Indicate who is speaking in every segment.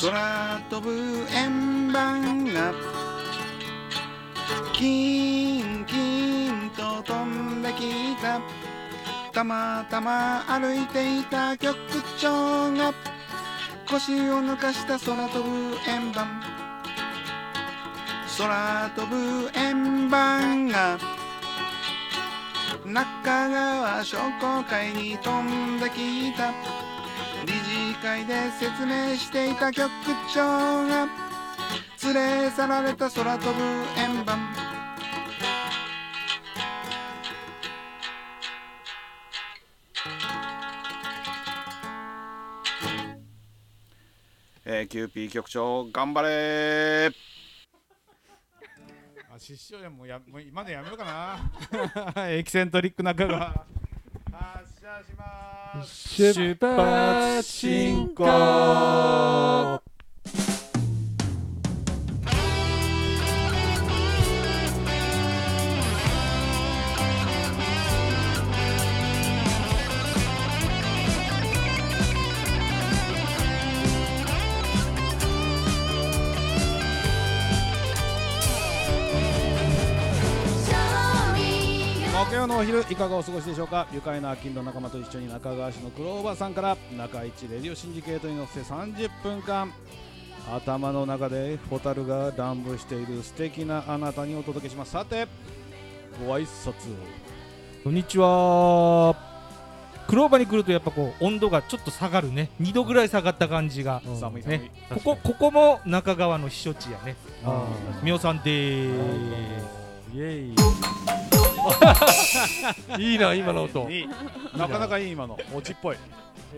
Speaker 1: 空飛ぶ円盤がキンキンと飛んできたたまたま歩いていた局長が腰を抜かした空飛ぶ円盤空飛ぶ円盤が中川商工会に飛んできた理事会で説明していた局長が連れ去られた空飛ぶ円盤えー、キューピー局長頑張れ
Speaker 2: あ失笑やもうやもう今のやめようか なエキセントリック中が発車します
Speaker 3: 出発進行
Speaker 2: 木曜のお昼いかがお過ごしでしょうか愉快な金の仲間と一緒に中川市の黒おばさんから中一レディオシンジケートに乗せて30分間頭の中でホタルが乱舞している素敵なあなたにお届けしますさてご挨拶を
Speaker 3: こんにちはクローバーに来るとやっぱこう温度がちょっと下がるね2度ぐらい下がった感じが、
Speaker 2: 寒い寒い、
Speaker 3: ねここここも中川の避暑地やね
Speaker 2: あ
Speaker 3: みおさんで
Speaker 4: イエイ いいな今の音
Speaker 2: ー、いいなかなかいい今のオチっぽい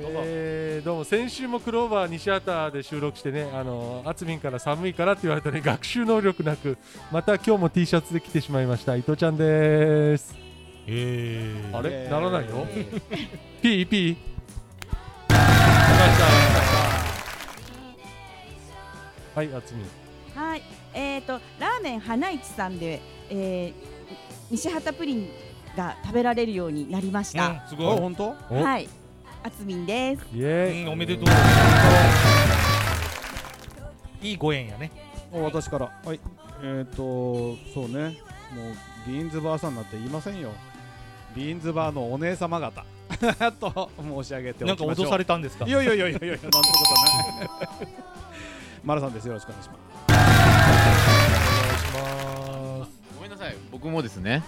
Speaker 2: どうぞ
Speaker 4: えーどうも先週もクローバー西畑で収録してねあのあつみんから寒いからって言われたね学習能力なくまた今日も T シャツで来てしまいました伊藤ちゃんです
Speaker 3: えー
Speaker 4: あ
Speaker 2: え
Speaker 4: れ
Speaker 2: ー
Speaker 4: ならないよピーピーはいあつみん
Speaker 5: はい、えっ、とラーメン花市さんで、えー、西畑プリンが食べられるようになりました。
Speaker 3: うんす
Speaker 2: あ
Speaker 3: ごい、
Speaker 2: 本当
Speaker 3: お
Speaker 5: はい、あつみんです。
Speaker 4: イエーイ
Speaker 3: うんおめでとういいご縁やね
Speaker 2: お私からはいえっ、とそうねもうビーンズバーさんなんて言いませんよビーンズバーのお姉様方 と申し上げてお
Speaker 3: なん
Speaker 2: き
Speaker 3: か
Speaker 2: ましょう
Speaker 3: 脅されたんですか
Speaker 2: いやいやいやいやいやなんてことはないマラさんですよろしくお願いします
Speaker 6: ごめんなさい、僕もですね、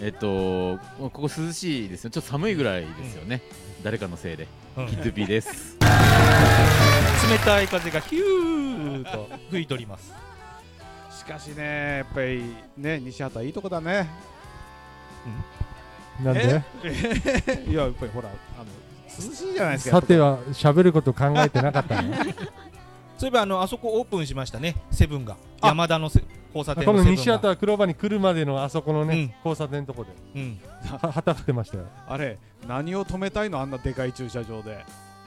Speaker 6: えっと、ここ涼しいですよ、ちょっと寒いぐらいですよね、誰かのせいで、
Speaker 3: うん
Speaker 6: キッドゥピ ーです。
Speaker 3: 冷たい風がヒューと吹いております
Speaker 2: しかしねやっぱりね西畑いいとこだね
Speaker 4: なんで
Speaker 2: いややっぱりほらあの涼しいじゃないですか
Speaker 4: さては喋ること考えてなかったの
Speaker 3: そういえばあのあそこオープンしましたねセブンが山田のせ交差点
Speaker 4: こ
Speaker 3: の
Speaker 4: の
Speaker 3: セブンが
Speaker 4: 西畑クローバーに来るまでのあそこのね、
Speaker 3: うん
Speaker 4: 交差点のとこで
Speaker 3: うん
Speaker 4: は旗振ってましたよ
Speaker 2: あれ何を止めたいのあんなでかい駐車場で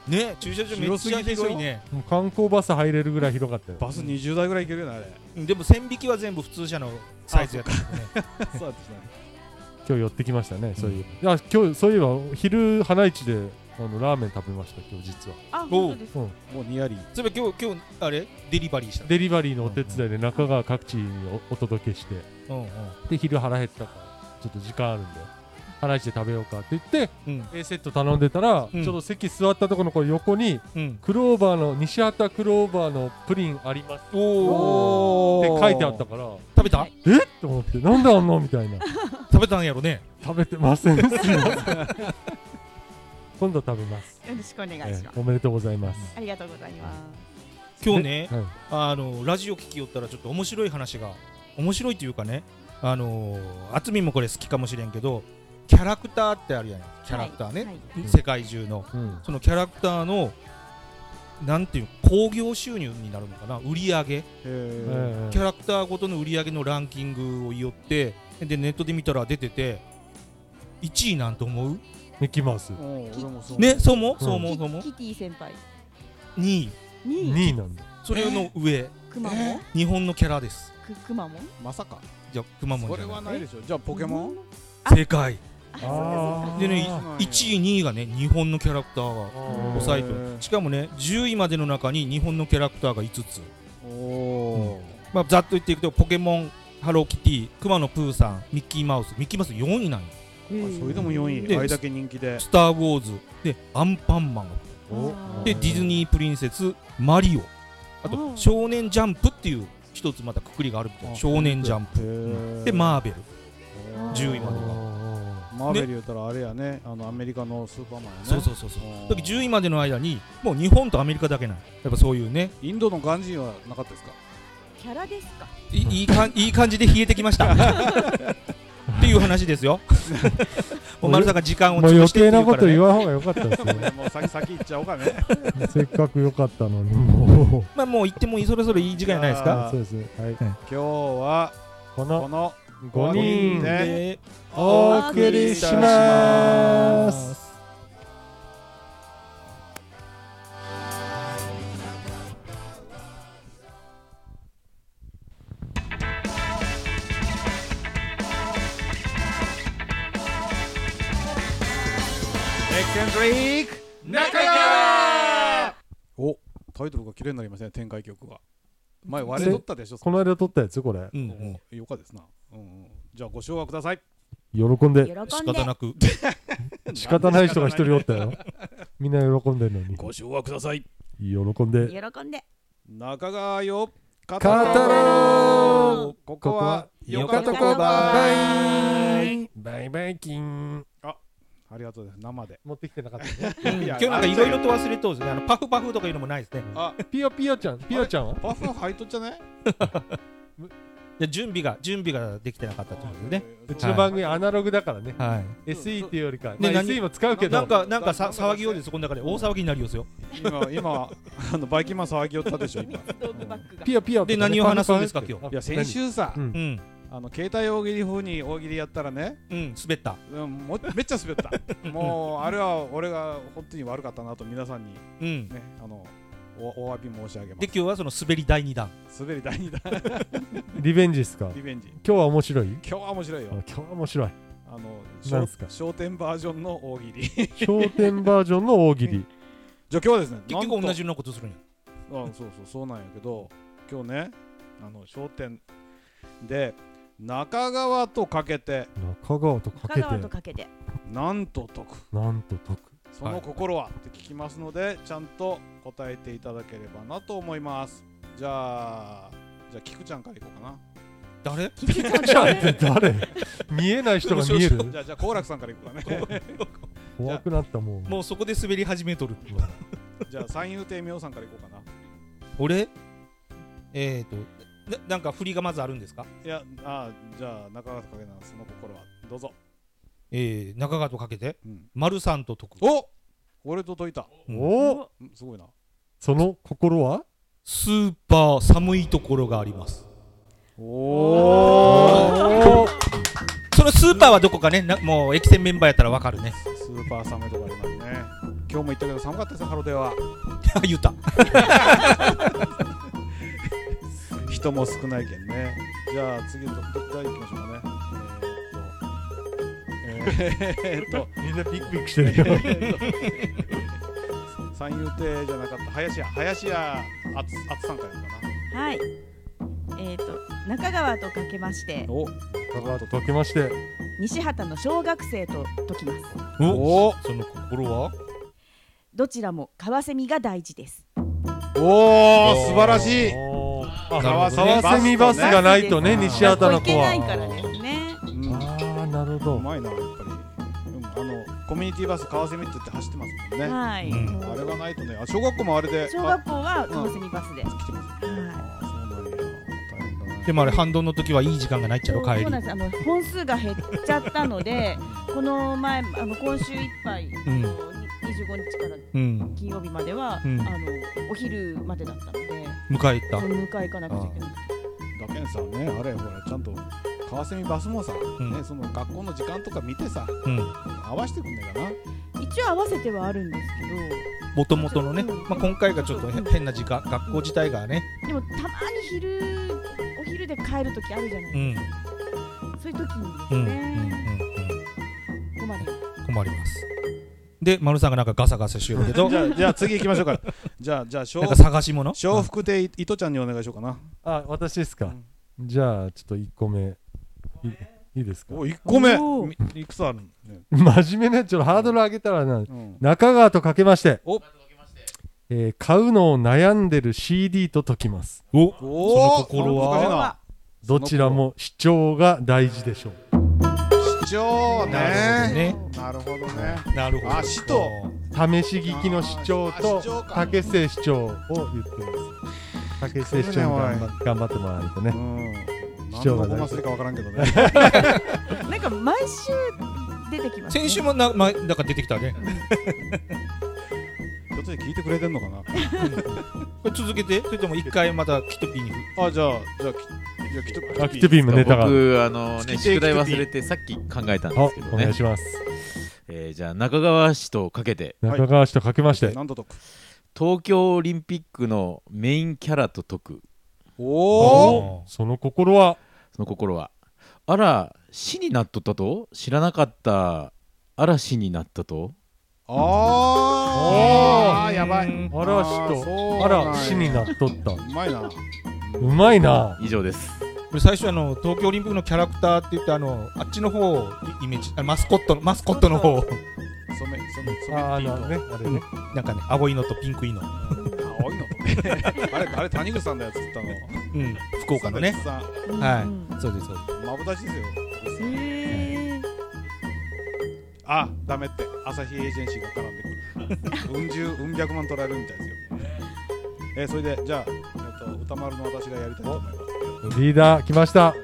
Speaker 3: ね駐車場めっちゃ広いね
Speaker 4: もう観光バス入れるぐらい広かったよ
Speaker 2: バス20台ぐらい行けるよねあれ
Speaker 3: うんでも線引きは全部普通車のサイズやったんでね
Speaker 2: そうですね
Speaker 4: 今日寄ってきましたね、そういうあ今日そういえば昼花市であのラーメン食べました今日実は、
Speaker 5: あ、
Speaker 3: おう
Speaker 5: 本当です。
Speaker 4: うん、
Speaker 2: もうニヤリ
Speaker 3: そういえば今日今日あれデリバリーした
Speaker 4: デリバリーのお手伝いで中川各地におお届けして
Speaker 3: うんうん
Speaker 4: で昼腹減ったからちょっと時間あるんで花市で食べようかって言って
Speaker 3: うん
Speaker 4: A セット頼んでたら、
Speaker 3: うん
Speaker 4: ちょうど席座ったところのこう横に
Speaker 3: うん
Speaker 4: クローバーの西畑クローバーのプリンあります
Speaker 3: お
Speaker 4: って
Speaker 3: ー
Speaker 4: 書いてあったから
Speaker 3: 食べた
Speaker 4: えっと思ってなんであんのみたいな
Speaker 3: 食べたんやろね
Speaker 4: 食べてませんすいません今度食べます
Speaker 5: よろしくお願いします。
Speaker 4: ええおめでとうございます、
Speaker 5: ありがとうございます。
Speaker 3: 今日ね
Speaker 4: はい
Speaker 3: あのラジオ聞きよったらちょっと面白い話が面白いというかねあのーあつみもこれ好きかもしれんけどキャラクターってあるやんキャラクターね、
Speaker 5: はいはい
Speaker 4: い
Speaker 3: 世界中の
Speaker 4: うん、
Speaker 3: そのキャラクターのなんていう興行収入になるのかな売り上げ
Speaker 2: え
Speaker 3: キャラクターごとの売り上げのランキングを言いよってでネットで見たら出てて1位なんと思う
Speaker 4: ミッキーマウス
Speaker 2: えうん俺もそう
Speaker 3: ねそう思うそう
Speaker 5: キ
Speaker 3: 思うそう思う
Speaker 5: キティ先輩
Speaker 3: 2位
Speaker 5: に
Speaker 4: 2位なんだ
Speaker 3: それの上
Speaker 5: くまモン、
Speaker 3: 日本のキャラです
Speaker 5: くくまモン。
Speaker 2: まさか
Speaker 3: じゃあくまモン
Speaker 2: こ
Speaker 3: じゃ
Speaker 2: れ
Speaker 3: ない
Speaker 2: はないでしょじゃあポケモン
Speaker 3: 正解
Speaker 4: あー
Speaker 3: でね
Speaker 4: あ
Speaker 3: 1位2位がね日本のキャラクターが
Speaker 4: ー
Speaker 3: 抑えとしかもね10位までの中に日本のキャラクターが5つ、
Speaker 2: お
Speaker 3: まあ、ざっと言っていくとポケモンハローキティくまのプーさんミッキーマウスミッキーマウス4位なんよ
Speaker 2: ーあそれでも4位
Speaker 3: で
Speaker 2: あれだけ人気で
Speaker 3: スター・ウォーズでアンパンマン
Speaker 2: お
Speaker 3: でディズニープリンセスマリオあ
Speaker 5: う
Speaker 3: と
Speaker 5: ん
Speaker 3: 少年ジャンプっていう一つまたくくりがあるみたい
Speaker 2: あ
Speaker 3: な少年ジャンプ
Speaker 2: へー
Speaker 3: でマーベル
Speaker 2: おー
Speaker 3: 10位までが
Speaker 2: マーベル言うたらあれやねあのアメリカのスーパーマンやね
Speaker 3: そうそうそうそう
Speaker 2: おー
Speaker 3: だけど10位までの間にもう日本とアメリカだけなんよやっぱそういうね
Speaker 2: インドのガンジーはなかったですか
Speaker 5: キャラですか。
Speaker 3: いいいか んいい感じで冷えてきましたっていう話です よもう丸坂時間
Speaker 4: も
Speaker 3: を
Speaker 4: う
Speaker 3: 潰
Speaker 4: 余
Speaker 3: してってい
Speaker 4: 計
Speaker 3: うから、ね、
Speaker 4: なこと言わん方が良かった ですね
Speaker 2: もう先先行っちゃおうか ね
Speaker 4: せっかく良かったのにもう
Speaker 3: まあもう言ってもいいそろそろいい時間じゃないですか
Speaker 2: あー
Speaker 4: そうですねはい
Speaker 2: 今日はこ
Speaker 4: この
Speaker 2: の
Speaker 4: 5人
Speaker 2: ね
Speaker 3: で
Speaker 4: お送りします
Speaker 2: おタイトルが綺麗になりましたね展開曲が前割れとったでしょ
Speaker 4: この間撮ったやつこれ
Speaker 3: うん
Speaker 2: そ
Speaker 3: も
Speaker 2: うよかですな、うんうん、じゃあご唱和ください
Speaker 4: 喜んで
Speaker 3: う仕
Speaker 5: 喜ん
Speaker 3: 方
Speaker 5: で。
Speaker 3: なく
Speaker 4: 仕方ない人が一人おったよみんな喜んでるのに
Speaker 2: ご唱和ください
Speaker 4: 喜んで
Speaker 5: 喜んで。
Speaker 2: 中川よ語
Speaker 4: 語ろ
Speaker 2: ここはよかと
Speaker 5: よか
Speaker 2: こ
Speaker 5: とこ
Speaker 2: ば
Speaker 4: バ
Speaker 2: い
Speaker 4: イバイバイキン
Speaker 2: ありがとうです生で
Speaker 4: 持ってきてなかったね
Speaker 2: い や
Speaker 3: 今日なんかいろいろと忘れとうですねあのパフパフとかいうのもないですね
Speaker 2: あ
Speaker 4: ピヨピヨちゃんピヨちゃんは
Speaker 2: パフ入っとっちゃね
Speaker 3: で準備が準備ができてなかったと思うんですね
Speaker 4: うちの番組アナログだからね
Speaker 3: はい
Speaker 4: SE っていうよりか
Speaker 3: ね
Speaker 4: まあ
Speaker 3: 何
Speaker 4: SE も使うけ
Speaker 3: な
Speaker 4: ど
Speaker 3: んかなんかさ騒ぎようですこの中で大騒ぎになりようですよ
Speaker 2: 今今あのバイキンマン騒ぎよったでしょ今い
Speaker 5: ドッグバッグが。
Speaker 4: ピヨピヨとかね
Speaker 3: で何を話すんですか今日
Speaker 2: や先週さ
Speaker 4: 何
Speaker 3: うん
Speaker 2: あの携帯大喜利風に大喜利やったらね
Speaker 3: うん滑った
Speaker 2: うんもうめっちゃ滑ったもうあれは俺が本当に悪かったなと皆さんに
Speaker 3: うん
Speaker 2: ねあのおお詫び申し上げま
Speaker 3: で今日はその滑り第2弾
Speaker 2: す滑り第2弾
Speaker 4: リベンジですか
Speaker 2: リベンジ
Speaker 4: 今日は面白い
Speaker 2: 今日は面白い
Speaker 4: あ
Speaker 2: よ
Speaker 4: 今日は面白い
Speaker 2: あの
Speaker 4: なんすか
Speaker 2: 焦点バージョンの大喜利じゃあ
Speaker 4: 焦点バージョンの大喜利
Speaker 2: 今日はですね
Speaker 3: 結
Speaker 2: なん
Speaker 3: 局
Speaker 2: と
Speaker 3: 同じようなことするんや
Speaker 2: あそうそうそうなんやけど今日ねあの焦点で中川とかけて
Speaker 4: 中川とか
Speaker 5: 香
Speaker 4: け
Speaker 5: 川と
Speaker 4: て
Speaker 5: かけて。
Speaker 2: なんと解く
Speaker 4: なんと解く
Speaker 2: その心はって聞きますのでちゃんと答えていただければなと思いますじゃあじゃあ菊ちゃんからいこうかな
Speaker 3: 誰
Speaker 5: 聞きちゃう。
Speaker 4: 誰見えない人が見える
Speaker 2: じゃあじゃあ好楽さんからいこう かね
Speaker 4: 怖くなったもう
Speaker 3: もうそこで滑り始めとる
Speaker 2: じゃあ三遊亭明さんからいこうかな
Speaker 3: 俺えーとななんか振りがまずあるんですか
Speaker 2: いやあじゃあ中川とかけなその心はどうぞ、
Speaker 3: えー中川とかけて
Speaker 2: うん、
Speaker 3: 丸さんと徳
Speaker 2: お俺と解いた
Speaker 4: おお
Speaker 2: うんすごいな
Speaker 4: その心は
Speaker 3: スーパー寒いところがあります
Speaker 2: おお
Speaker 3: そのスーパーはどこかねなもう駅伝メンバーやったらわかるね
Speaker 2: スーパー寒いとこありますね今日も言ったけど寒かったですよハロデは
Speaker 3: あ言うた
Speaker 2: 人も少ないけんねじゃあ次のとじゃあ行きましょうかねえー、っと
Speaker 4: みんなビクビクしてるよ
Speaker 2: えー、っとえーっと三遊亭じゃなかった林家林家あつあつさんからやるか
Speaker 5: はい。えっと中川とかけまして
Speaker 2: なお
Speaker 4: 中川と解けまして
Speaker 5: 西畑の小学生と解きます。
Speaker 3: おその心は
Speaker 5: どちらもカワセミが大事です。
Speaker 2: おお素晴らしい
Speaker 4: おー
Speaker 3: なるほ
Speaker 4: あ
Speaker 3: ど
Speaker 4: カワセミバスがないとね
Speaker 2: バスとね
Speaker 4: 西畑の
Speaker 5: い
Speaker 4: 子
Speaker 5: け
Speaker 4: は
Speaker 5: ないからですね。
Speaker 2: うん
Speaker 4: あーなるほ
Speaker 2: う
Speaker 4: ど
Speaker 2: まいなやっぱり、うん、あのコミュニティバス川蝉って言って走ってますもんね、
Speaker 5: はい。
Speaker 3: うん
Speaker 5: も
Speaker 2: あ
Speaker 5: う
Speaker 2: れがないとねあ小学校もあれで
Speaker 5: 小
Speaker 2: あ
Speaker 5: 学校はカワセミバスで。
Speaker 2: 来てますよね、
Speaker 5: はい
Speaker 2: あそうなんや大変だね
Speaker 3: でもあれ反動の時はいい時間がないっちゃ
Speaker 5: そ
Speaker 3: ろ
Speaker 5: う
Speaker 3: 帰り
Speaker 5: そうなんですあの本数が減っちゃったのでこの前あの今週いっぱい、
Speaker 3: ん
Speaker 5: あのに25日から
Speaker 3: うん
Speaker 5: 金曜日までは、
Speaker 3: うん
Speaker 5: あのお昼までだったので
Speaker 3: 迎えた
Speaker 5: その迎え行かなくちゃいけない
Speaker 2: だけんさねあれほらちゃんと川蝉バスもさ、
Speaker 3: ん
Speaker 2: ね、その学校の時間とか見てさ
Speaker 3: うん
Speaker 2: 合わせてくんねえかな
Speaker 5: 一応合わせてはあるんですけ
Speaker 3: もともとのね、
Speaker 5: うん
Speaker 3: まあ、今回がちょっとへ変な時間学校自体がね
Speaker 5: どでもたまに昼お昼で帰る時あるじゃない、
Speaker 3: うん
Speaker 5: そういう時に
Speaker 3: うんうん
Speaker 5: ですね、
Speaker 3: うん困りますで丸さんがなんかガサガサしようけど
Speaker 2: じゃあじゃあ次行きましょうかじゃあじゃあ
Speaker 3: なん
Speaker 2: 笑
Speaker 3: か探し物
Speaker 2: 笑福亭い糸ちゃんにお願いしようかな
Speaker 4: あ、私ですか。じゃあ、ちょっと1個目。いいいですか
Speaker 2: お1個目
Speaker 5: おー
Speaker 2: みいくつあるの、ね
Speaker 4: 真面目ね、ちょっとハードル上げたらな。
Speaker 2: うん
Speaker 4: 中川とかけまして。
Speaker 2: お
Speaker 4: えー買うのを悩んでる CD と解きます。
Speaker 3: お
Speaker 2: お
Speaker 3: その心は
Speaker 2: 難しい
Speaker 5: は
Speaker 2: な
Speaker 4: どちらも主張が大事でしょう。
Speaker 2: 市
Speaker 3: な
Speaker 2: 長
Speaker 3: るほど
Speaker 2: ね
Speaker 3: ね
Speaker 2: なるほどね
Speaker 3: なるほど
Speaker 2: あ使徒
Speaker 4: 試し聞きの市長
Speaker 2: あー市長
Speaker 4: と
Speaker 2: か
Speaker 4: 竹瀬市長を言ってます。竹瀬市長に頑張頑張ってもらわないとね
Speaker 2: う。ん
Speaker 4: 市
Speaker 2: 何
Speaker 4: 長
Speaker 2: の
Speaker 4: が
Speaker 2: お
Speaker 4: ね
Speaker 2: 祭りかわからんけどね
Speaker 5: なんか毎週出てきます、ね。
Speaker 3: 先週もな、まあ、なんか出てきたね
Speaker 2: ちょっと聞いてくれてんのかな
Speaker 3: これ続けてそれとも一回またキトピーに
Speaker 2: あじゃあじゃあきじゃあきっと
Speaker 4: あ、キトピームネタがある。
Speaker 6: 僕あのね
Speaker 2: 月亭
Speaker 6: 宿題
Speaker 2: キトピー
Speaker 6: 忘れてさっき考えたん
Speaker 4: あ
Speaker 6: ですけど
Speaker 4: お願
Speaker 6: ね
Speaker 4: いします。
Speaker 6: えーじゃあ中川氏とかけて
Speaker 2: はい
Speaker 4: 中川氏とかけまして。
Speaker 2: 何度解く
Speaker 6: 東京オリンピックのメインキャラと解く
Speaker 2: おお
Speaker 3: お
Speaker 4: その心は
Speaker 6: その心はあら死になっとったと知らなかった嵐になったと
Speaker 2: あーあーやばい
Speaker 3: うん
Speaker 4: 嵐
Speaker 2: あーそうなん
Speaker 4: と
Speaker 2: や
Speaker 4: あら死になっとった
Speaker 2: うまいな
Speaker 4: うまいな
Speaker 6: 以上です
Speaker 3: これ最初あの東京オリンピックのキャラクターって言ってあのあっちの方をイイメージあマスコットのマスコットの方
Speaker 2: 染め染め
Speaker 4: あ
Speaker 2: 染
Speaker 4: ーあ
Speaker 2: め
Speaker 4: のねあれね
Speaker 3: なんかね青いのとピンクいの
Speaker 2: 青いの あれあれ谷口さんのやつ作ったの
Speaker 3: うん福岡のね
Speaker 2: 谷口さん
Speaker 5: うん
Speaker 3: はい
Speaker 5: うん
Speaker 3: そうですそうです
Speaker 2: まぶたしですよ
Speaker 5: へー
Speaker 2: あダメって朝日エージェンシーが絡んでくるうん十うん百万取られるみたいですよえー、それでじゃあ、えっと歌丸の私がやりたいと思います
Speaker 4: リーダー来ました
Speaker 2: あ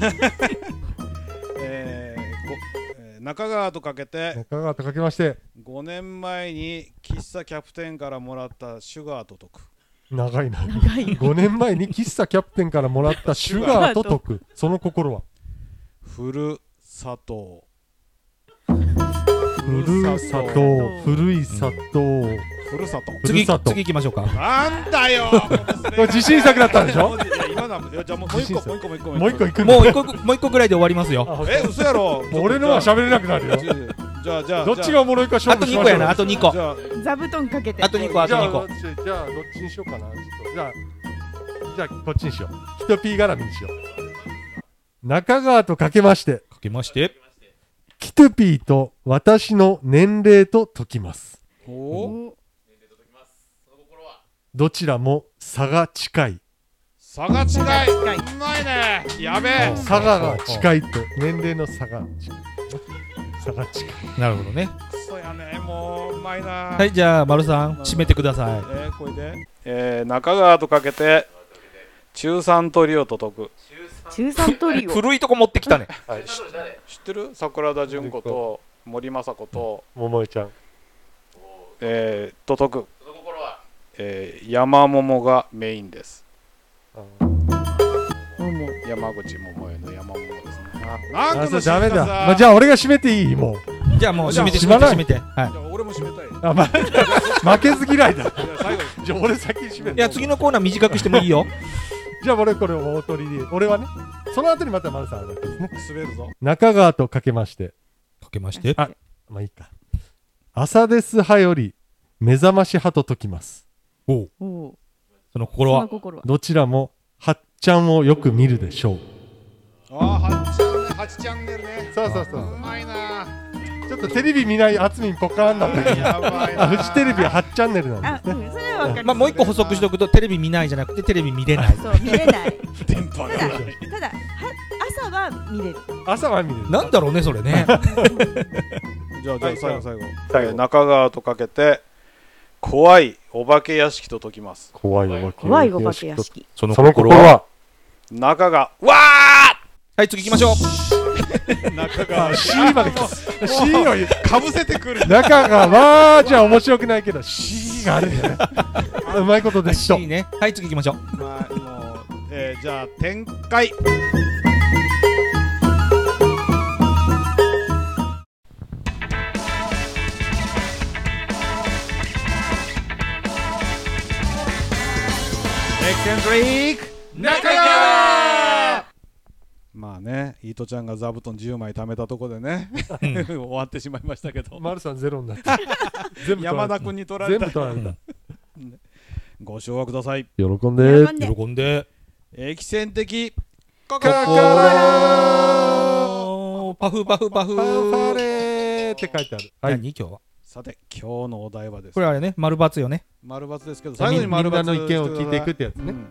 Speaker 2: そっかえーごえー中川とかけて
Speaker 4: 中川とかけまして
Speaker 2: 5年前に喫茶キャプテンからもらったシュガーと解く
Speaker 4: 長いな
Speaker 5: 長い。
Speaker 4: 5年前に喫茶キャプテンからもらったシュガーと解くその心は
Speaker 2: ふるさと
Speaker 4: ふるさと古い砂糖
Speaker 2: ふるさと
Speaker 4: ふ
Speaker 3: 次
Speaker 4: るさと
Speaker 3: 次行きま しょうか
Speaker 2: なんだよ
Speaker 4: これ自信作だったんでしょ
Speaker 2: いや今のはいやじゃあもう一個もう一個もう一個
Speaker 4: もう一個いくんだ
Speaker 3: もう一個もう一個ぐらいで終わります よ
Speaker 4: あ
Speaker 2: え嘘やろ
Speaker 4: 俺のは喋れなくなるよ
Speaker 2: じゃあじゃあ
Speaker 4: どっちがおもろいか
Speaker 3: あ
Speaker 4: 勝
Speaker 3: と
Speaker 4: 負し
Speaker 3: 2
Speaker 4: ま
Speaker 3: 個
Speaker 4: し
Speaker 3: や
Speaker 4: ょう
Speaker 3: なあと2個
Speaker 2: じゃあ
Speaker 5: 座布団かけて。
Speaker 3: あと2個あと
Speaker 4: じゃ
Speaker 3: 2
Speaker 4: あ
Speaker 3: 個
Speaker 4: 私じゃあどっちにしようかなちょっとじゃあじゃあこっちにしようヒトピー絡みにしよう中川とかけまして
Speaker 3: かけまして
Speaker 4: キトゥピーと私の年齢と解きます
Speaker 2: お
Speaker 4: どちらも差が近い
Speaker 2: 差が近い
Speaker 5: 近いう
Speaker 2: まいねやべえ
Speaker 4: 差がが近いと年齢の差が近い差が近い
Speaker 3: なるほどね
Speaker 2: そうやねもううまいなは
Speaker 3: はいじゃあ丸さん締めてください
Speaker 2: えー、これで、えー、中川とかけて中三トリオと解く
Speaker 5: 中三トリオ。
Speaker 3: 古いとこ持ってきたね
Speaker 2: 知ってる桜田淳子と森雅子と、
Speaker 4: 桃江ちゃん
Speaker 2: えー、と解くえー、山桃がメインです
Speaker 5: もう
Speaker 2: 山口百恵の山桃ですね
Speaker 4: あ
Speaker 2: なんか
Speaker 4: あそ
Speaker 2: の
Speaker 4: うダメだ、まあ、
Speaker 2: じ
Speaker 4: じゃあ俺が締めていいもう
Speaker 3: じゃあもう締めて
Speaker 4: じ
Speaker 3: 締
Speaker 4: ゃ
Speaker 3: めて
Speaker 4: あ
Speaker 3: 締めてはい
Speaker 2: ゃあ俺も締めたいよ
Speaker 4: あ、まあ、負けず嫌いだ
Speaker 2: じゃあ最後に
Speaker 4: じゃあ俺先に締め
Speaker 3: いや次のコーナー短くしてもいいよ
Speaker 4: じゃあ俺これ大取りで俺はねその後にまた丸さんあるわけですね
Speaker 2: 滑るぞ
Speaker 4: 中川とかけまして
Speaker 3: かけまして
Speaker 4: あまあいいか朝です派より目覚まし派と解きます
Speaker 5: おう
Speaker 3: その心
Speaker 5: その
Speaker 3: は
Speaker 5: 心は。
Speaker 4: どちらもはっちゃんをよく見るでしょう
Speaker 2: ああ八チャンネル八チャンネルね
Speaker 4: そうそうそう
Speaker 2: うまいな
Speaker 4: ちょっとテレビ見ないあつみんポカーンだったけど
Speaker 2: やばい
Speaker 4: あ
Speaker 2: な
Speaker 4: フジテレビは8チャンネルなん
Speaker 5: あ
Speaker 4: で、す
Speaker 5: う
Speaker 4: ね
Speaker 5: ん、それはわかり
Speaker 3: まあ
Speaker 5: ま
Speaker 3: もう一個補足しておくとテレビ見ないじゃなくてテレビ見れない
Speaker 5: す。そう見れ ない。
Speaker 2: 電
Speaker 5: た
Speaker 2: 波
Speaker 5: だただは朝は見れる。
Speaker 4: 朝は見れる
Speaker 3: なんだろうねそれね
Speaker 2: じゃあじゃあ最後最後
Speaker 4: 最後
Speaker 2: えー中川とかけて怖いお化け屋敷と解きます
Speaker 4: 怖いお化け
Speaker 5: 怖いお化け屋敷。
Speaker 3: そ
Speaker 4: その心は
Speaker 2: 中がわ
Speaker 3: はい次行きましょう
Speaker 2: ー中が
Speaker 4: あ C まで来た C を言う
Speaker 2: かぶせてくる
Speaker 4: 中がわーじゃ面白くないけど C があるんだねあうまいことでしょ
Speaker 3: いいねはい次行きましょう
Speaker 2: まあもう、えー、じゃあ展開エキセントリーク中川まあねね伊藤ちゃんが座布団10枚貯めたとこでね
Speaker 3: うん
Speaker 2: 終わってしまいましたけど、
Speaker 4: 丸さんゼロになった。全部取られた
Speaker 2: 山田君に取られた
Speaker 4: 全部取られた。
Speaker 2: ご唱和ください
Speaker 4: 喜んで。
Speaker 5: 喜んで
Speaker 3: 喜んで
Speaker 2: エキセン的
Speaker 4: こ
Speaker 2: こ
Speaker 3: パフパフパフ
Speaker 4: パファレーって書いてある。はい。
Speaker 3: 何今日は
Speaker 2: さて今日のお題はです
Speaker 3: これあれね丸×よね
Speaker 2: 丸×ですけど
Speaker 4: み
Speaker 2: 最後に丸
Speaker 4: み
Speaker 2: ×
Speaker 4: んなの意見を聞いていくってやつ
Speaker 2: う
Speaker 4: ね。
Speaker 2: ん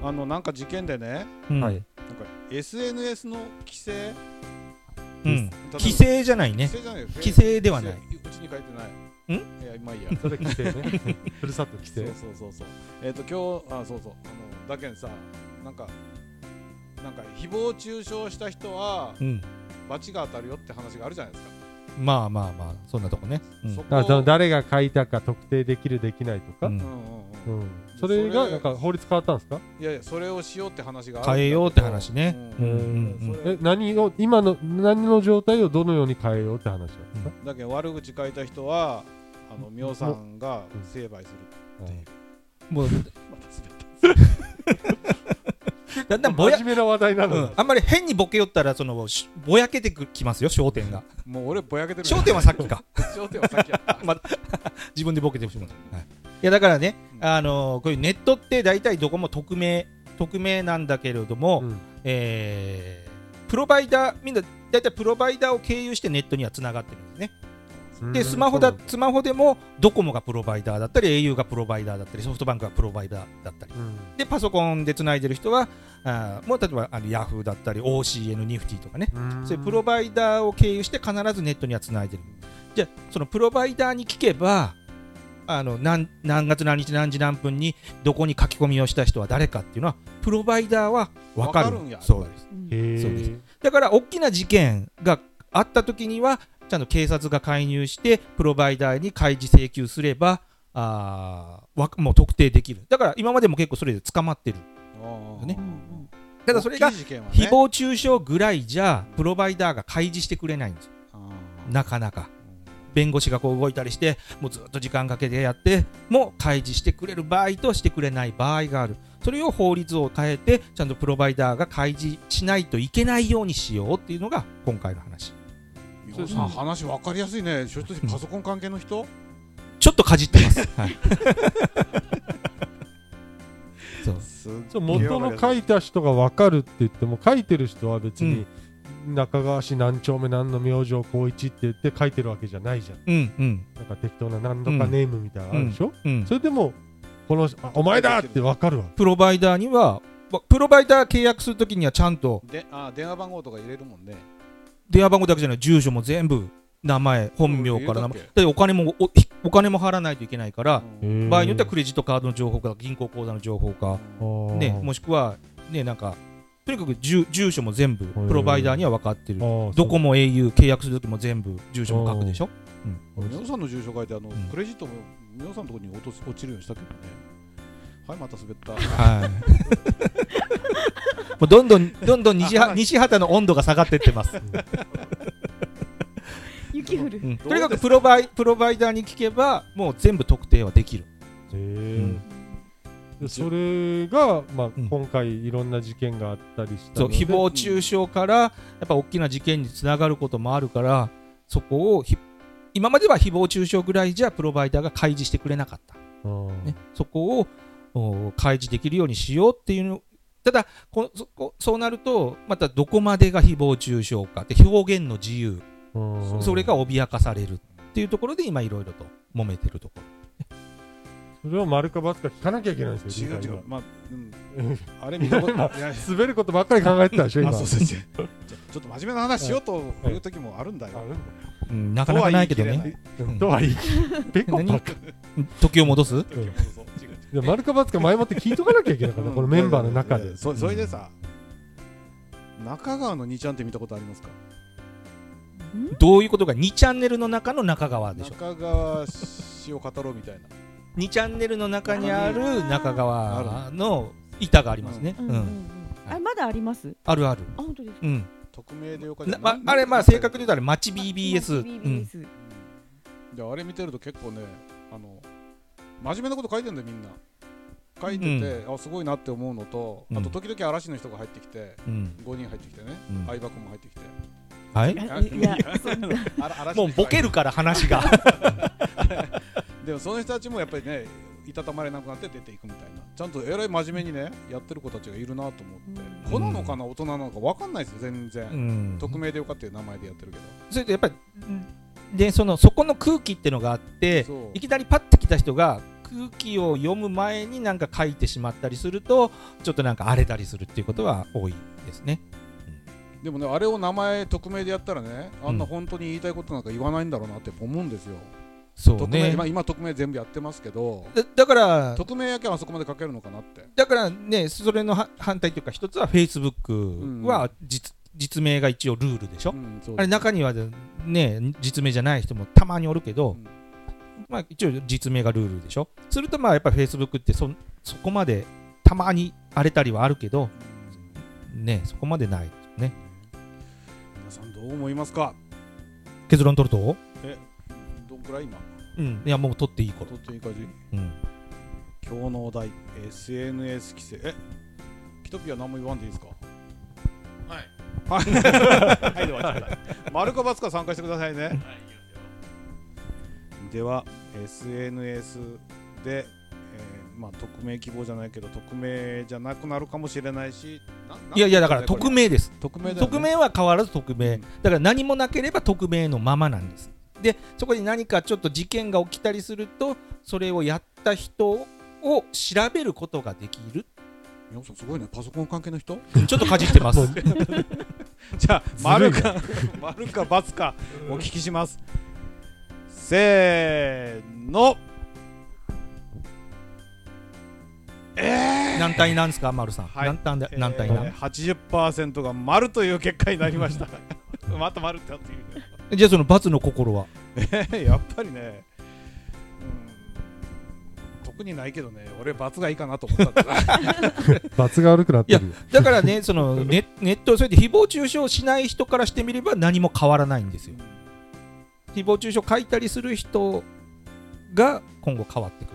Speaker 2: あのなんか事件でね
Speaker 3: うん
Speaker 4: はい。
Speaker 2: なんか SNS の規制
Speaker 3: うん
Speaker 2: 例えば
Speaker 3: 規制じゃないね
Speaker 2: 規制じゃないよ
Speaker 3: 規制ではないう
Speaker 2: ちに書いてないんいやまあいいや
Speaker 4: それ規制ね。 ふるさと規
Speaker 2: そう
Speaker 4: 制。
Speaker 2: そうそうそうえっ、と今日あそうそうあのだけんさなんかなんか誹謗中傷した人は
Speaker 3: うん
Speaker 2: 罰が当たるよって話があるじゃないですか、
Speaker 3: まあまあまあそんなとこねうん
Speaker 2: そこ
Speaker 4: あその
Speaker 2: を
Speaker 4: 誰が書いたか特定できるできないと
Speaker 3: う
Speaker 4: か。
Speaker 2: うん
Speaker 3: ん
Speaker 4: う
Speaker 2: うんうん
Speaker 4: ん。それ
Speaker 2: そ
Speaker 4: が
Speaker 2: れ
Speaker 4: なんか法律変わったんですか。
Speaker 2: いやいやそれをしようって話があるんだ
Speaker 3: 変
Speaker 2: けど
Speaker 3: えようって話ね
Speaker 2: う
Speaker 3: うんんう
Speaker 4: う
Speaker 3: んん
Speaker 2: それ
Speaker 4: え何を今の何の状態をどのように変えようって話なんですか。
Speaker 2: だけど悪口書いた人はあの妙さんが成敗する、
Speaker 3: うんもう
Speaker 2: また滑っ た
Speaker 3: だんだんぼや
Speaker 4: 真面目な話題な
Speaker 3: う
Speaker 4: の
Speaker 3: ん。あんまり変にボケよったらそのしぼやけてくきますよ焦点が
Speaker 2: もう俺ぼやけて る
Speaker 3: 焦点はさっきか
Speaker 2: 焦点はさっ きやった
Speaker 3: 自分でボケてしまった、はい、いやだからね、
Speaker 2: うん
Speaker 3: あのーこういうネットって大体どこも匿名匿名なんだけれども、
Speaker 4: うん
Speaker 3: えープロバイダーみんな大体プロバイダーを経由してネットにはつながってるんですねでスマホだ、スマホでもドコモがプロバイダーだったり au がプロバイダーだったりソフトバンクがプロバイダーだったり
Speaker 4: うん
Speaker 3: でパソコンでつないでる人はあーもう例えばあの Yahoo だったり OCN ニフティとかね
Speaker 4: うん
Speaker 3: そういうプロバイダーを経由して必ずネットにはつないでる。じゃあ、そのプロバイダーに聞けば、あの何何月何日何時何分にどこに書き込みをした人は誰かっていうのは、プロバイダーは分かる。
Speaker 2: わかるんや
Speaker 3: そうです。
Speaker 5: うん
Speaker 4: へー
Speaker 3: そうですだから、大きな事件があった時には、ちゃんと警察が介入して、プロバイダーに開示請求すれば、あーわもう特定できる。だから、今までも結構それで捕まってる。ね
Speaker 5: うんうん
Speaker 3: ただ、それが
Speaker 2: 大きい事件はね
Speaker 3: 誹謗中傷ぐらいじゃ、プロバイダーが開示してくれないんですよ。
Speaker 2: あー
Speaker 3: なかなか。弁護士がこう動いたりしてもうずっと時間かけてやっても開示してくれる場合としてくれない場合があるそれを法律を変えてちゃんとプロバイダーが開示しないといけないようにしようっていうのが今回の話
Speaker 2: 美穂さん話分かりやすいねひょっとしてパソコン関係の人
Speaker 3: ちょっとかじってます、 はい、そう
Speaker 2: す
Speaker 4: そう元の書いた人が分かるって言っても書いてる人は別に、中川市何丁目何の明星光一って言って書いてるわけじゃないじゃん
Speaker 3: うんうん
Speaker 4: なんか適当な何とかネームみたいなのあるでしょ、
Speaker 3: うん
Speaker 4: それでもこの人あお前だって分かるわ
Speaker 3: プロバイダーにはわプロバイダー契約するときにはちゃんと
Speaker 2: であー電話番号とか入れるもんね
Speaker 3: 電話番号だけじゃない住所も全部名前本名から名
Speaker 2: うん入れたっけ
Speaker 3: 前だってお金もおお金も払わないといけないから
Speaker 2: うん
Speaker 3: 場合によってはクレジットカードの情報か銀行口座の情報か、ね、も
Speaker 4: し
Speaker 3: しくは、ね、なんかとにかく住住所も全部プロバイダーには分かってる
Speaker 4: ど
Speaker 3: どこも au 契約するときも全部住所も書くでしょ
Speaker 2: みょうさんの住所書いてあの、
Speaker 3: ん
Speaker 2: クレジットもみょうさんのところに落とす落ちるようにしたけどねはいまた滑った
Speaker 3: はい もうどんどんどんどん西
Speaker 2: あ
Speaker 3: は西畑の温度が下がっていってます、
Speaker 5: 雪降る
Speaker 3: う。んとにかくプロバイプロバイダーに聞けばもう全部特定はできる、う
Speaker 4: へー
Speaker 3: ん
Speaker 4: でそれが、まあ
Speaker 3: うん
Speaker 4: 今回いろんな事件があったりした
Speaker 3: そ
Speaker 4: の
Speaker 3: う
Speaker 4: で
Speaker 3: 誹謗中傷からやっぱ大きな事件につながることもあるからそこをひ今までは誹謗中傷ぐらいじゃプロバイダーが開示してくれなかった
Speaker 4: うん
Speaker 3: ね、そこをお開示できるようにしようっていうのただこそこそうなるとまたどこまでが誹謗中傷かって表現の自由
Speaker 4: うん
Speaker 3: それが脅かされるっていうところで今いろいろと揉めてるとこ
Speaker 4: それを丸か×か聞かなきゃいけないんです
Speaker 2: 違
Speaker 4: よ
Speaker 2: う違
Speaker 4: 理
Speaker 2: う
Speaker 4: 解は
Speaker 2: まあ、うん
Speaker 4: うん
Speaker 2: あれ見たこといやいや
Speaker 4: 滑ることばっかり考えてたでしょ今
Speaker 2: あそうそうそうじゃあちょっと真面目な話しようという時もあるんだよ、
Speaker 4: あるんだ
Speaker 3: ろ、うんなかなかないけど
Speaker 2: とは言
Speaker 3: ね
Speaker 2: い
Speaker 3: うん
Speaker 4: とは 言いべこばっか
Speaker 3: 時を戻す
Speaker 2: 切れないそうそう違う違う
Speaker 4: いや丸か×か前もって聞いとかなきゃいけないからねこのメンバーの中
Speaker 2: うんいやいやい
Speaker 4: で
Speaker 2: やそそれでさ、中川の2ちゃんって見たことありますか
Speaker 3: どういうことか2チャンネルの中の中川でしょ
Speaker 2: 中川氏を語ろうみたいな
Speaker 3: 2チャンネルの中にある中川の板がありますね、
Speaker 5: う
Speaker 3: うんん
Speaker 5: うんうんあれまだあります？
Speaker 3: あるある、
Speaker 5: あ本当ですか。
Speaker 3: うん
Speaker 2: 匿名でよか
Speaker 3: なまあれまあ正確に言うとあれ町 BBS うん、
Speaker 5: BBS。
Speaker 2: であれ見てると結構ねあの真面目なこと書いてんだよみんな書いてて、あすごいなって思うのと、
Speaker 3: うん
Speaker 2: あと時々嵐の人が入ってきて
Speaker 3: うん
Speaker 2: 5人入ってきてね、
Speaker 3: うん
Speaker 2: 相葉君も入ってきて
Speaker 3: はい
Speaker 5: あいやそんな
Speaker 2: あら嵐
Speaker 3: も
Speaker 2: の
Speaker 3: う
Speaker 2: 人
Speaker 3: ボ
Speaker 2: が入
Speaker 3: ケ
Speaker 2: って
Speaker 3: るから話が
Speaker 2: でもその人たちもやっぱりねいたたまれなくなって出ていくみたいなちゃんとえらい真面目にねやってる子たちがいるなと思って、
Speaker 5: うん
Speaker 2: 子なのかな大人なのかわかんないですよ全然、
Speaker 3: うん
Speaker 2: 匿名でよかっていう名前でやってるけど
Speaker 3: それでやっぱりでそのそこの空気ってのがあって
Speaker 2: そう
Speaker 3: いきなりパッと来た人が空気を読む前になんか書いてしまったりするとちょっとなんか荒れたりするっていうことは多いですね。
Speaker 2: でもねあれを名前匿名でやったらねあんな
Speaker 3: うん
Speaker 2: 本当に言いたいことなんか言わないんだろうなって思うんですよ、
Speaker 3: そう
Speaker 2: 匿
Speaker 3: ね
Speaker 2: 名今今匿名全部やってますけど
Speaker 3: だだから
Speaker 2: 匿名やけんあそこまで書けるのかなって
Speaker 3: だからねそれのは反対というか一つはフェイスブックは実,、実名が一応ルールでしょ、
Speaker 2: うんそう
Speaker 3: あれ中にはね実名じゃない人もたまにおるけど、
Speaker 2: うん
Speaker 3: まあ一応実名がルールでしょするとまあやっぱりフェイスブックってそそこまでたまに荒れたりはあるけどねそこまでないね
Speaker 2: 皆さんどう思いますか
Speaker 3: 結論取ると
Speaker 2: どんくらい今
Speaker 3: うんいやもう取っていいこと
Speaker 2: とっていい感じ
Speaker 3: うん
Speaker 2: 今日のお題 SNS 規制えキトピア何も言わんでいいですか
Speaker 6: はい
Speaker 2: はいはいでは ちょっと丸か×か参加してくださいねでは SNS で、えーまあ匿名希望じゃないけど匿名じゃなくなるかもしれないしななん
Speaker 3: いやいやだから
Speaker 2: て言う
Speaker 3: 匿
Speaker 2: ん
Speaker 3: 名です
Speaker 2: だよねこれ匿名だよね
Speaker 3: 匿名は変わらず匿名、
Speaker 2: うん
Speaker 3: だから何もなければ匿名のままなんですでそこに何かちょっと事件が起きたりするとそれをやった人を調べることができる
Speaker 2: 宮本さんすごいねパソコン関係の人
Speaker 3: ちょっとかじってます
Speaker 2: じゃあ
Speaker 4: ずる
Speaker 2: 丸
Speaker 4: い
Speaker 2: か 丸か×かお聞きしますせーの
Speaker 3: 何対何ですか丸さん、
Speaker 2: はい
Speaker 3: 何対何
Speaker 2: え
Speaker 3: 何対何、
Speaker 2: ー、80%が丸という結果になり ましたまた丸ってなっていう
Speaker 3: じゃあその罰の心は
Speaker 2: えやっぱりね、うん、特にないけどね俺罰がいいかなと思ったんだな
Speaker 4: 罰が悪くなってるよ
Speaker 3: だからね そのネネットそれで誹謗中傷しない人からしてみれば何も変わらないん ですよ誹謗中傷書いたりする人が今後変わってくる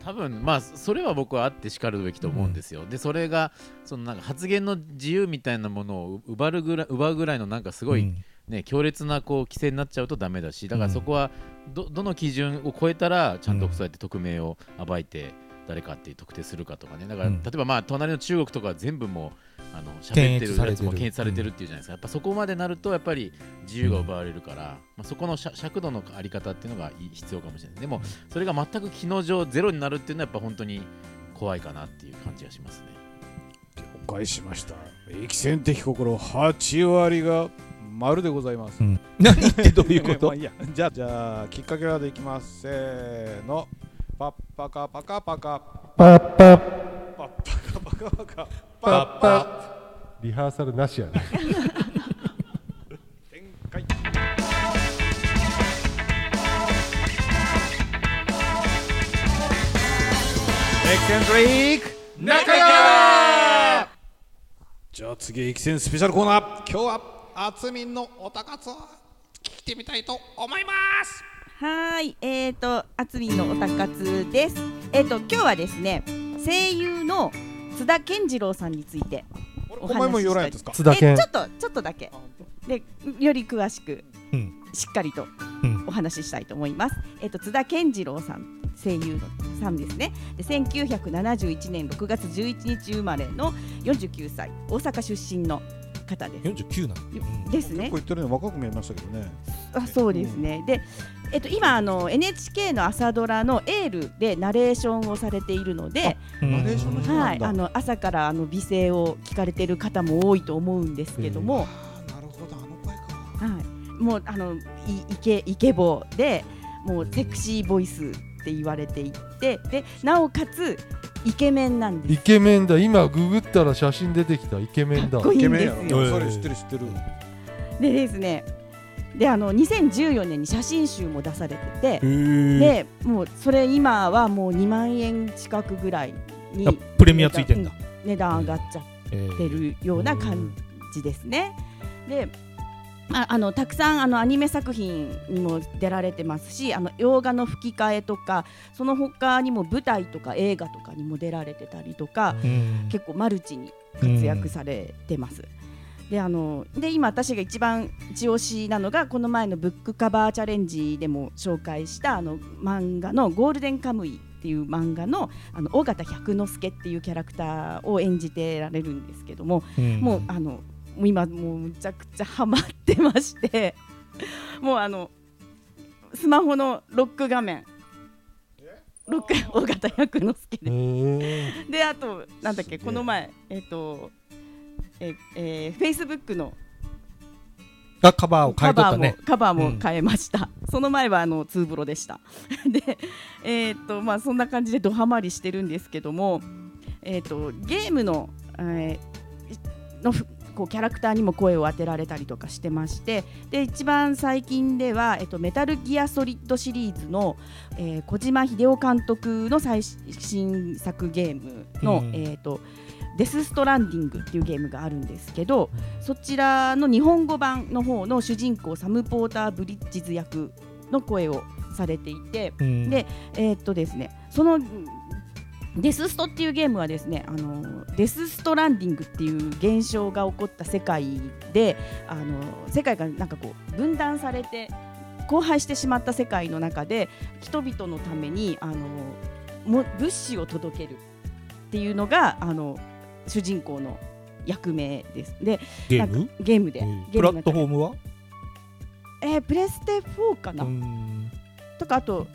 Speaker 6: 多分まあそれは僕はあってしかるべきと思うんですよ、でそれがそのなんか発言の自由みたいなものを奪うぐらい奪うぐらいのなんかすごい、
Speaker 3: うん
Speaker 6: ね強烈なこう規制になっちゃうとダメだしだか
Speaker 3: う
Speaker 6: ら
Speaker 3: ん
Speaker 6: そこはど,、どの基準を超えたらちゃんとそうやって匿名を暴いて誰かって特定するかとかねだから、
Speaker 3: うん
Speaker 6: 例えばまあ隣の中国とかは全部もうあの喋ってるやつ
Speaker 3: 検
Speaker 6: も検
Speaker 3: 閲
Speaker 6: 閲
Speaker 3: さ
Speaker 6: さ
Speaker 3: れ
Speaker 6: れ
Speaker 3: て
Speaker 6: て
Speaker 3: る
Speaker 6: るっていうじゃないですか、やっぱそこまでなるとやっぱり自由が奪われるから、まあ、そこの尺尺度のあり方っていうのがい必要かもしれないでもそれが全く機能上ゼロになるっていうのはやっぱ本当に怖いかなっていう感じがしますね。
Speaker 2: 了解しました駅線的心8割が丸でございます
Speaker 3: うん何言ってどういうこ
Speaker 2: まあ
Speaker 3: と
Speaker 2: いいやじゃあじゃあきっかけはでいきますせーのパッパカパカパカ
Speaker 4: パッパッ
Speaker 2: パッパカパカパカ
Speaker 4: パッパッリハーサルなしやね
Speaker 2: 展開じゃあ次、駅戦スペシャルコーナー。今日は、あつみんのおたかつを聞いてみたいと思います。
Speaker 5: はーい、えっ、と、あつみんのおたかつです。えっ、と、今日はですね、声優の津田健次郎さんについて。
Speaker 2: お
Speaker 5: お話ししたい
Speaker 2: 前もよらんやつですか
Speaker 4: 津田
Speaker 5: え
Speaker 4: 健
Speaker 5: ちょっと、ちょっとだけ、で、より詳しく、
Speaker 3: うん
Speaker 5: しっかりと
Speaker 3: うん
Speaker 5: お話ししたいと思います。えっ、と、津田健次郎さん、声優のさんですね。で、1971年6月11日生まれの49歳、大阪出身の方です。
Speaker 3: 49なの、うん
Speaker 5: ですね
Speaker 2: 結構。言ってるの若く見えましたけどね。
Speaker 5: あそうですね、で、えっと、今あの NHK の朝ドラの「エール」でナレーションをされているので、
Speaker 2: ナレーションの人
Speaker 5: はい、
Speaker 2: な
Speaker 5: あ
Speaker 2: んだ
Speaker 5: の朝からあの美声を聞かれている方も多いと思うんですけども、
Speaker 2: あーなるほど、あの声か。
Speaker 5: はい、もうあのいイケイケボーでもうセクシーボイスって言われていてでなおかつイケメンなんです。
Speaker 4: イケメンだ今ググったら写真出てきたイケメン
Speaker 5: か
Speaker 4: だ
Speaker 5: っこいい
Speaker 2: イケメン
Speaker 5: いいん
Speaker 2: や
Speaker 5: です
Speaker 2: ろ。
Speaker 3: よ
Speaker 2: それ知ってる知ってる。
Speaker 5: でですねであの2014年に写真集も出されててでもうそれ今はもう2万円近くぐらいに
Speaker 3: あプレミアついてんだ
Speaker 5: う値段上がっちゃってるような感じですね。でまあ、あのたくさんあのアニメ作品にも出られてますしあの洋画の吹き替えとかその他にも舞台とか映画とかにも出られてたりとか、
Speaker 3: うん
Speaker 5: 結構マルチに活躍されてます。であので今私が一番一押しなのがこの前のブックカバーチャレンジでも紹介したあの漫画の「ゴールデンカムイ」っていう漫画のあの尾形百之助っていうキャラクターを演じてられるんですけども
Speaker 3: うん
Speaker 5: もうあのもう今もうむちゃくちゃハマってまして もうあのスマホのロック画面ロック尾形百之助でであとなんだっ
Speaker 6: すげえ
Speaker 5: けこの前えっ、とええフェイスブックの
Speaker 3: がカバーを買い取った
Speaker 5: カバーも
Speaker 3: ね。
Speaker 5: カバー
Speaker 3: う
Speaker 5: も
Speaker 3: ん
Speaker 5: 変えました、その前はあのツーブロでした でえーっとまあそんな感じでドハマりしてるんですけどもえーっとゲームの、えーのふこうキャラクターにも声を当てられたりとかしてましてで一番最近では、えっと、メタルギアソリッドシリーズの、えー小島秀夫監督の最新作ゲームの、
Speaker 3: うん
Speaker 5: えーっとデス・ストランディングっていうゲームがあるんですけど、そちらの日本語版の方の主人公サム・ポーター・ブリッジズ役の声をされていて、
Speaker 3: うん
Speaker 5: でえーっとですねそのうんデスストっていうゲームはですねあのデスストランディングっていう現象が起こった世界であの世界がなんかこう分断されて荒廃してしまった世界の中で人々のためにあのも物資を届けるっていうのがあの主人公の役目です。で
Speaker 3: ゲーム
Speaker 5: ゲームで、
Speaker 3: うんプ
Speaker 5: ゲーム
Speaker 3: ラ
Speaker 5: の中
Speaker 3: ット
Speaker 5: で
Speaker 3: フォームは
Speaker 5: えープレステ4かな、
Speaker 3: うん
Speaker 5: とかあと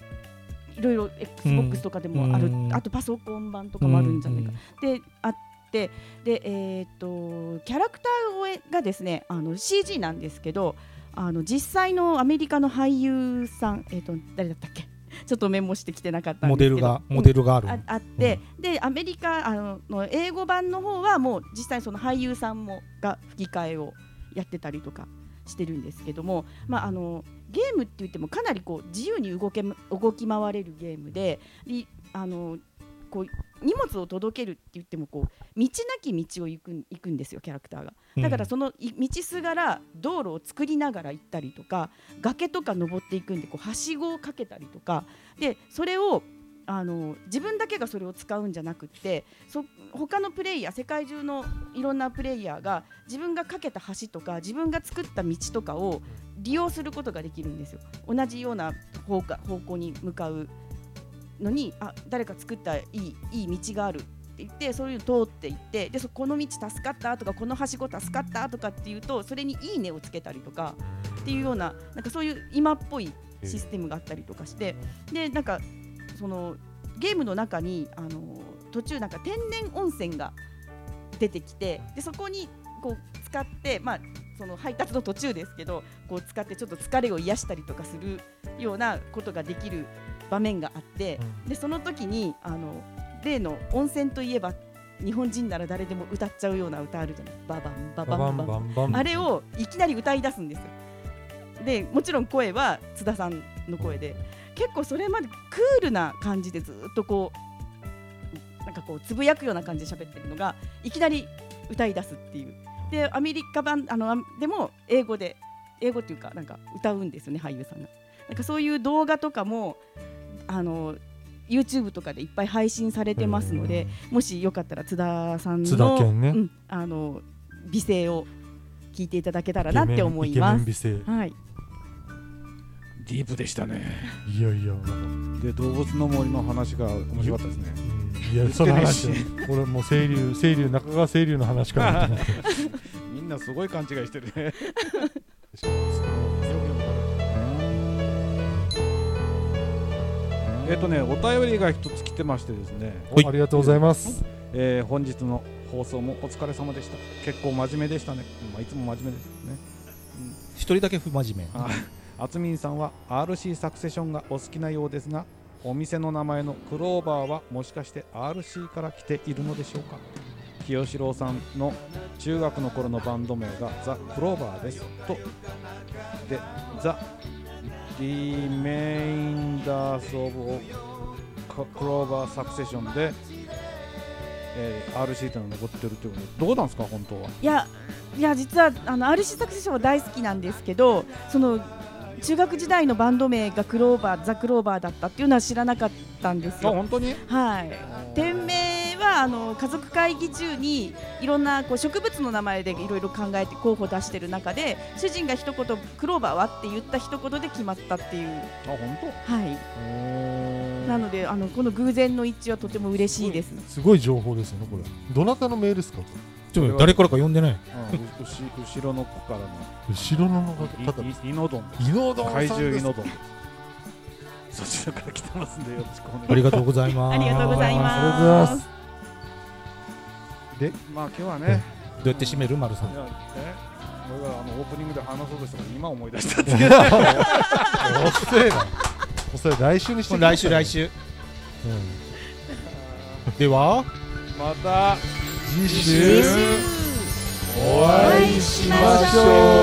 Speaker 5: いろいろ XBOX とかでもある、
Speaker 3: うん
Speaker 5: あとパソコン版とかもあるんじゃないか、であってでえーっとキャラクターがですねあの CG なんですけどあの実際のアメリカの俳優さんえーっと誰だったっけ ちょっとメモしてきてなかったん
Speaker 3: モデ
Speaker 5: です
Speaker 3: ル
Speaker 5: けど
Speaker 3: がモデルがある。
Speaker 5: ああって、でアメリカあのの英語版の方はもう実際その俳優さんもが吹き替えをやってたりとかしてるんですけども、まあ、あのゲームって言ってもかなりこう自由に動け動き回れるゲームでいあのこう荷物を届けるって言ってもこう道なき道を行くん行くんですよキャラクターが。だからそのい道すがら道路を作りながら行ったりとか崖とか登っていくんでこうはしごをかけたりとかでそれをあの自分だけがそれを使うんじゃなくってそ他のプレイヤー世界中のいろんなプレイヤーが自分がかけた橋とか自分が作った道とかを利用することができるんですよ。同じような方か方向に向かうのにあ誰か作ったいいいい道があるって言ってそういうの通っていってでそこの道助かったとかこのはしご助かったとかっていうとそれにいいねをつけたりとかっていうようななんかそういう今っぽいシステムがあったりとかしてでなんかそのゲームの中にあの途中なんか天然温泉が出てきてでそこにこう使ってまあその配達の途中ですけどこう使ってちょっと疲れを癒したりとかするようなことができる場面があって、でその時にあの例の温泉といえば日本人なら誰でも歌っちゃうような歌あるじゃないババンババンババンあれをいきなり歌い出すんですよ。でもちろん声は津田さんの声で結構それまでクールな感じでずっとこうなんかこうつぶやくような感じで喋ってるのがいきなり歌い出すっていうでアメリカ版あのあでも英語で英語っていうかなんか歌うんですよね俳優さんが。なんかそういう動画とかもあの YouTube とかでいっぱい配信されてますのでもしよかったら津田さん
Speaker 4: 津田
Speaker 5: の,、
Speaker 4: 健ね
Speaker 5: うん、あの美声を聞いていただけたらなって思います。
Speaker 4: イケメン美
Speaker 5: はい、
Speaker 2: ディープでしたね。
Speaker 4: 声いやいや
Speaker 2: で動物の森の話が面白かったですね。
Speaker 4: いやそ の話これもう清流清流中川清流の話かなと思って
Speaker 2: みんなすごい勘違いしてるね。 えっとね、お便りが一つ来てましてですね、
Speaker 4: おありがとうございます
Speaker 2: えー本日の放送もお疲れ様でした。結構真面目でしたね。まあ、いつも真面目ですね。
Speaker 3: 一人だけ不真面目。
Speaker 2: ああつみんさんは RC サクセションがお好きなようですがお店の名前のクローバーはもしかして RC から来ているのでしょうか清志郎さんの中学の頃のバンド名がザ・クローバーですとでザ・リメインダース・オブ・クローバー・サクセションでえー、RC というのが残ってるということでどうなんですか本当はい
Speaker 5: やいや実はあの RC 作詞賞は大好きなんですけどその中学時代のバンド名がクローバーザ・クローバーだったっていうのは知らなかったんです
Speaker 2: あ
Speaker 5: よ。
Speaker 2: 本当に
Speaker 5: はい、店名はあの家族会議中にいろんなこう植物の名前でいろいろ考えて候補出してる中で主人が一言クローバーはって言った一言で決まったっていう、
Speaker 2: あ本当
Speaker 5: はい、
Speaker 2: おー
Speaker 5: なのであのこの偶然の一致はとても嬉しいです。
Speaker 4: すごい情報ですよねこれどなたのメールですかこ
Speaker 2: ちょっと誰
Speaker 3: 誰からか呼んでない
Speaker 2: うんううし後ろの子からの
Speaker 4: れ後ろの
Speaker 2: い
Speaker 4: 方
Speaker 2: いイノドン
Speaker 4: 伊能堂さん
Speaker 2: 怪
Speaker 4: です
Speaker 2: 獣イノドンそちらから来てますんでよろしくお願い
Speaker 3: あ
Speaker 2: しま
Speaker 3: り
Speaker 2: す
Speaker 3: がとうございます
Speaker 5: ありがとうござい
Speaker 4: ありがとうござい
Speaker 5: ま
Speaker 4: ます
Speaker 5: す。
Speaker 2: でまあ今日はね
Speaker 3: どうやって締める丸さ
Speaker 2: い
Speaker 3: ん
Speaker 2: やえ俺があのオープニングで話そうとしたから今思い出したっていう
Speaker 4: 遅えな遅い来週にしてくださ
Speaker 3: 来
Speaker 4: い
Speaker 3: 週来 週では
Speaker 2: また
Speaker 4: 次
Speaker 5: 次
Speaker 4: 週
Speaker 5: 週お会いしましょう